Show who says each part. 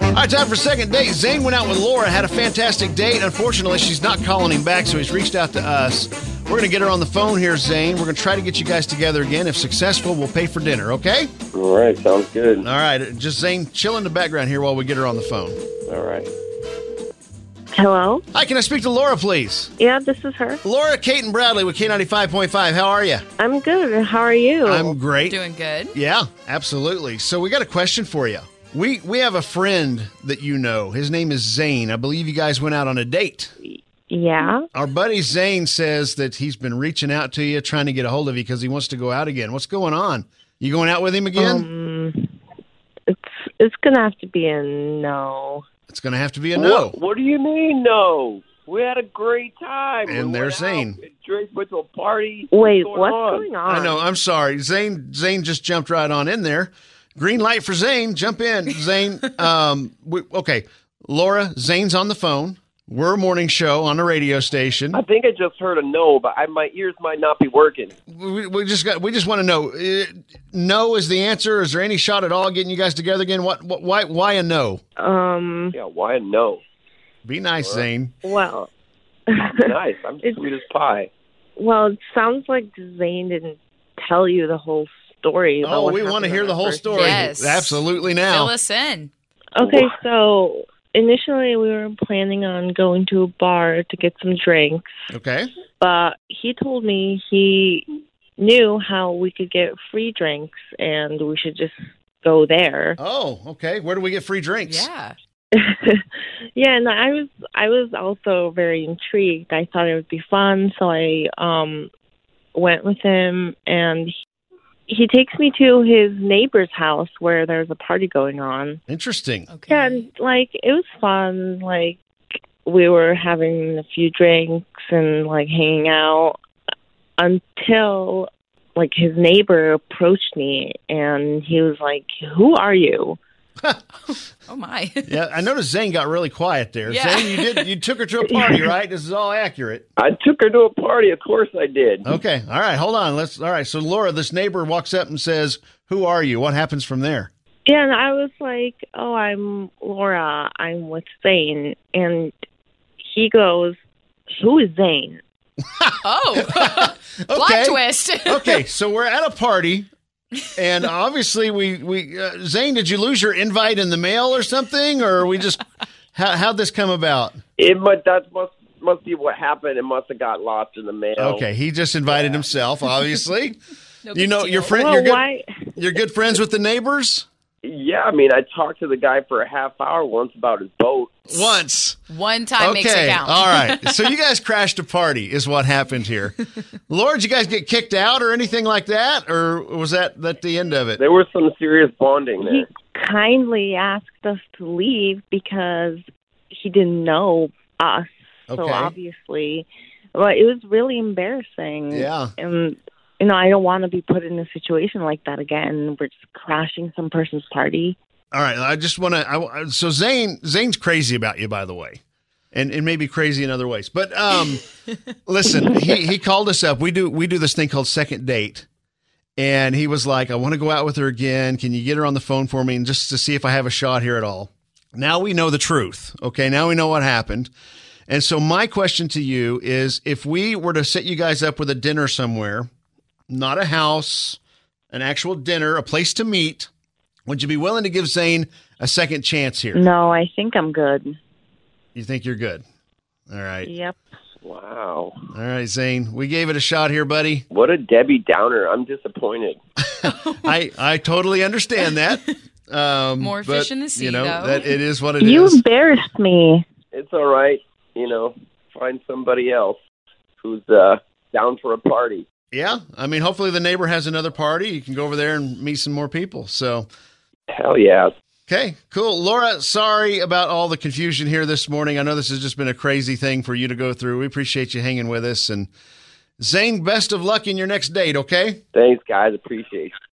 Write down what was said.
Speaker 1: All right, time for second date. Zane went out with Laura, had a fantastic date. Unfortunately, she's not calling him back, so he's reached out to us. We're going to get her on the phone here, Zane. We're going to try to get you guys together again. If successful, we'll pay for dinner, okay?
Speaker 2: All right, sounds good.
Speaker 1: All right, just Zane, chill in the background here while we get her on the phone.
Speaker 2: All right.
Speaker 3: Hello?
Speaker 1: Hi, can I speak to Laura, please?
Speaker 3: Yeah, this is her.
Speaker 1: Laura, Kate, and Bradley with K95.5. How are you?
Speaker 3: I'm good. How are you?
Speaker 1: I'm great.
Speaker 4: Doing good.
Speaker 1: Yeah, absolutely. So we got a question for you. We we have a friend that you know. His name is Zane. I believe you guys went out on a date.
Speaker 3: yeah.
Speaker 1: Our buddy Zane says that he's been reaching out to you, trying to get a hold of you because he wants to go out again. What's going on? You going out with him again?
Speaker 3: Um, it's it's gonna have to be a no.
Speaker 1: it's going to have to be a no.
Speaker 2: What, what do you mean, no? We had a great time.
Speaker 1: And
Speaker 2: we
Speaker 1: they're
Speaker 2: went out,
Speaker 1: sane.
Speaker 2: and Drink, went to a party.
Speaker 3: Wait,
Speaker 2: What's
Speaker 3: what's
Speaker 2: on?
Speaker 3: going on?
Speaker 1: I know. I'm sorry, Zane. Zane just jumped right on in there. Green light for Zane. Jump in, Zane. um, we, okay, Laura. Zane's on the phone. We're a morning show on a radio station.
Speaker 2: I think I just heard a no, but I, my ears might not be working.
Speaker 1: we, we just got we just want to know uh, no is the answer is there any shot at all getting you guys together again what, what why why a no
Speaker 3: Um.
Speaker 2: Yeah, why a no?
Speaker 1: be nice zane
Speaker 3: Well.
Speaker 2: Nice. I'm
Speaker 3: It's-
Speaker 2: sweet as pie.
Speaker 3: well, it sounds like Zane didn't tell you the whole story. about
Speaker 1: oh
Speaker 3: what
Speaker 1: we
Speaker 3: happened
Speaker 1: want to
Speaker 3: on
Speaker 1: hear
Speaker 3: that
Speaker 1: the whole
Speaker 3: first
Speaker 1: story
Speaker 3: date.
Speaker 4: Yes.
Speaker 1: absolutely
Speaker 4: Fill
Speaker 1: now
Speaker 4: us in.
Speaker 3: Okay, so initially we were planning on going to a bar to get some drinks.
Speaker 1: okay
Speaker 3: but he told me he knew how we could get free drinks and we should just go there.
Speaker 1: oh okay where do we get free drinks
Speaker 4: Yeah.
Speaker 3: yeah, and I was I was also very intrigued. I thought it would be fun, so I um went with him and he, he takes me to his neighbor's house where there's a party going on.
Speaker 1: interesting
Speaker 4: Okay.
Speaker 3: Yeah, and like it was fun. Like we were having a few drinks and like hanging out until like his neighbor approached me and he was like, "Who are you?"
Speaker 4: Oh my.
Speaker 1: yeah i noticed zane got really quiet there
Speaker 4: Yeah.
Speaker 1: zane you did you took her to a party right this is all accurate
Speaker 2: I took her to a party. Of course I did.
Speaker 1: okay all right hold on let's all right so laura this neighbor walks up and says who are you what happens from there
Speaker 3: Yeah, and I was like, "Oh, I'm Laura. I'm with Zane." And he goes, "Who is Zane?"
Speaker 4: Oh. Plot
Speaker 1: okay
Speaker 4: twist.
Speaker 1: okay, so we're at a party, and obviously we we uh, Zane, did you lose your invite in the mail or something, or we just how how'd this come about?
Speaker 2: It must, that must must be what happened. It must have got lost in the mail.
Speaker 1: Okay, he just invited himself, obviously.
Speaker 4: No
Speaker 1: you
Speaker 4: big
Speaker 1: know
Speaker 4: deal.
Speaker 1: your friend,
Speaker 3: well,
Speaker 1: you're good,
Speaker 3: why?
Speaker 1: you're good friends with the neighbors.
Speaker 2: Yeah, I mean, I talked to the guy for a half hour once about his boat.
Speaker 1: Once,
Speaker 4: One time makes it
Speaker 1: okay,
Speaker 4: count.
Speaker 1: all right. So you guys crashed a party, is what happened here. Lord, did you guys get kicked out or anything like that, or was that that the end of it?
Speaker 2: There was some serious bonding
Speaker 3: He
Speaker 2: there.
Speaker 3: kindly asked us to leave because he didn't know us. So
Speaker 1: Okay.
Speaker 3: obviously, well, it was really embarrassing.
Speaker 1: Yeah.
Speaker 3: And, you know, I don't want to be put in a situation like that again. We're just crashing some person's party.
Speaker 1: All right, I just want to. So Zane, Zane's crazy about you, by the way, and and maybe crazy in other ways. But um, listen, he he called us up. We do we do this thing called second date, and he was like, "I want to go out with her again. Can you get her on the phone for me and just to see if I have a shot here at all?" Now we know the truth. Okay, now we know what happened. And so my question to you is, if we were to set you guys up with a dinner somewhere, not a house, an actual dinner, a place to meet. Would you be willing to give Zane a second chance here?
Speaker 3: No, I think I'm good.
Speaker 1: You think you're good? All right.
Speaker 3: Yep.
Speaker 2: Wow.
Speaker 1: All right, Zane. We gave it a shot here, buddy.
Speaker 2: What a Debbie Downer. I'm disappointed.
Speaker 1: I, I totally understand that. Um,
Speaker 4: More
Speaker 1: but,
Speaker 4: fish in the sea,
Speaker 1: You know,
Speaker 4: though.
Speaker 1: that it is what it is.
Speaker 3: You embarrassed me.
Speaker 2: It's all right. You know, find somebody else who's uh, down for a party.
Speaker 1: Yeah. I mean, hopefully the neighbor has another party. You can go over there and meet some more people. So,
Speaker 2: Hell yeah.
Speaker 1: okay, cool. Laura, sorry about all the confusion here this morning. I know this has just been a crazy thing for you to go through. We appreciate you hanging with us. And Zane, best of luck in your next date, okay?
Speaker 2: Thanks, guys. Appreciate you.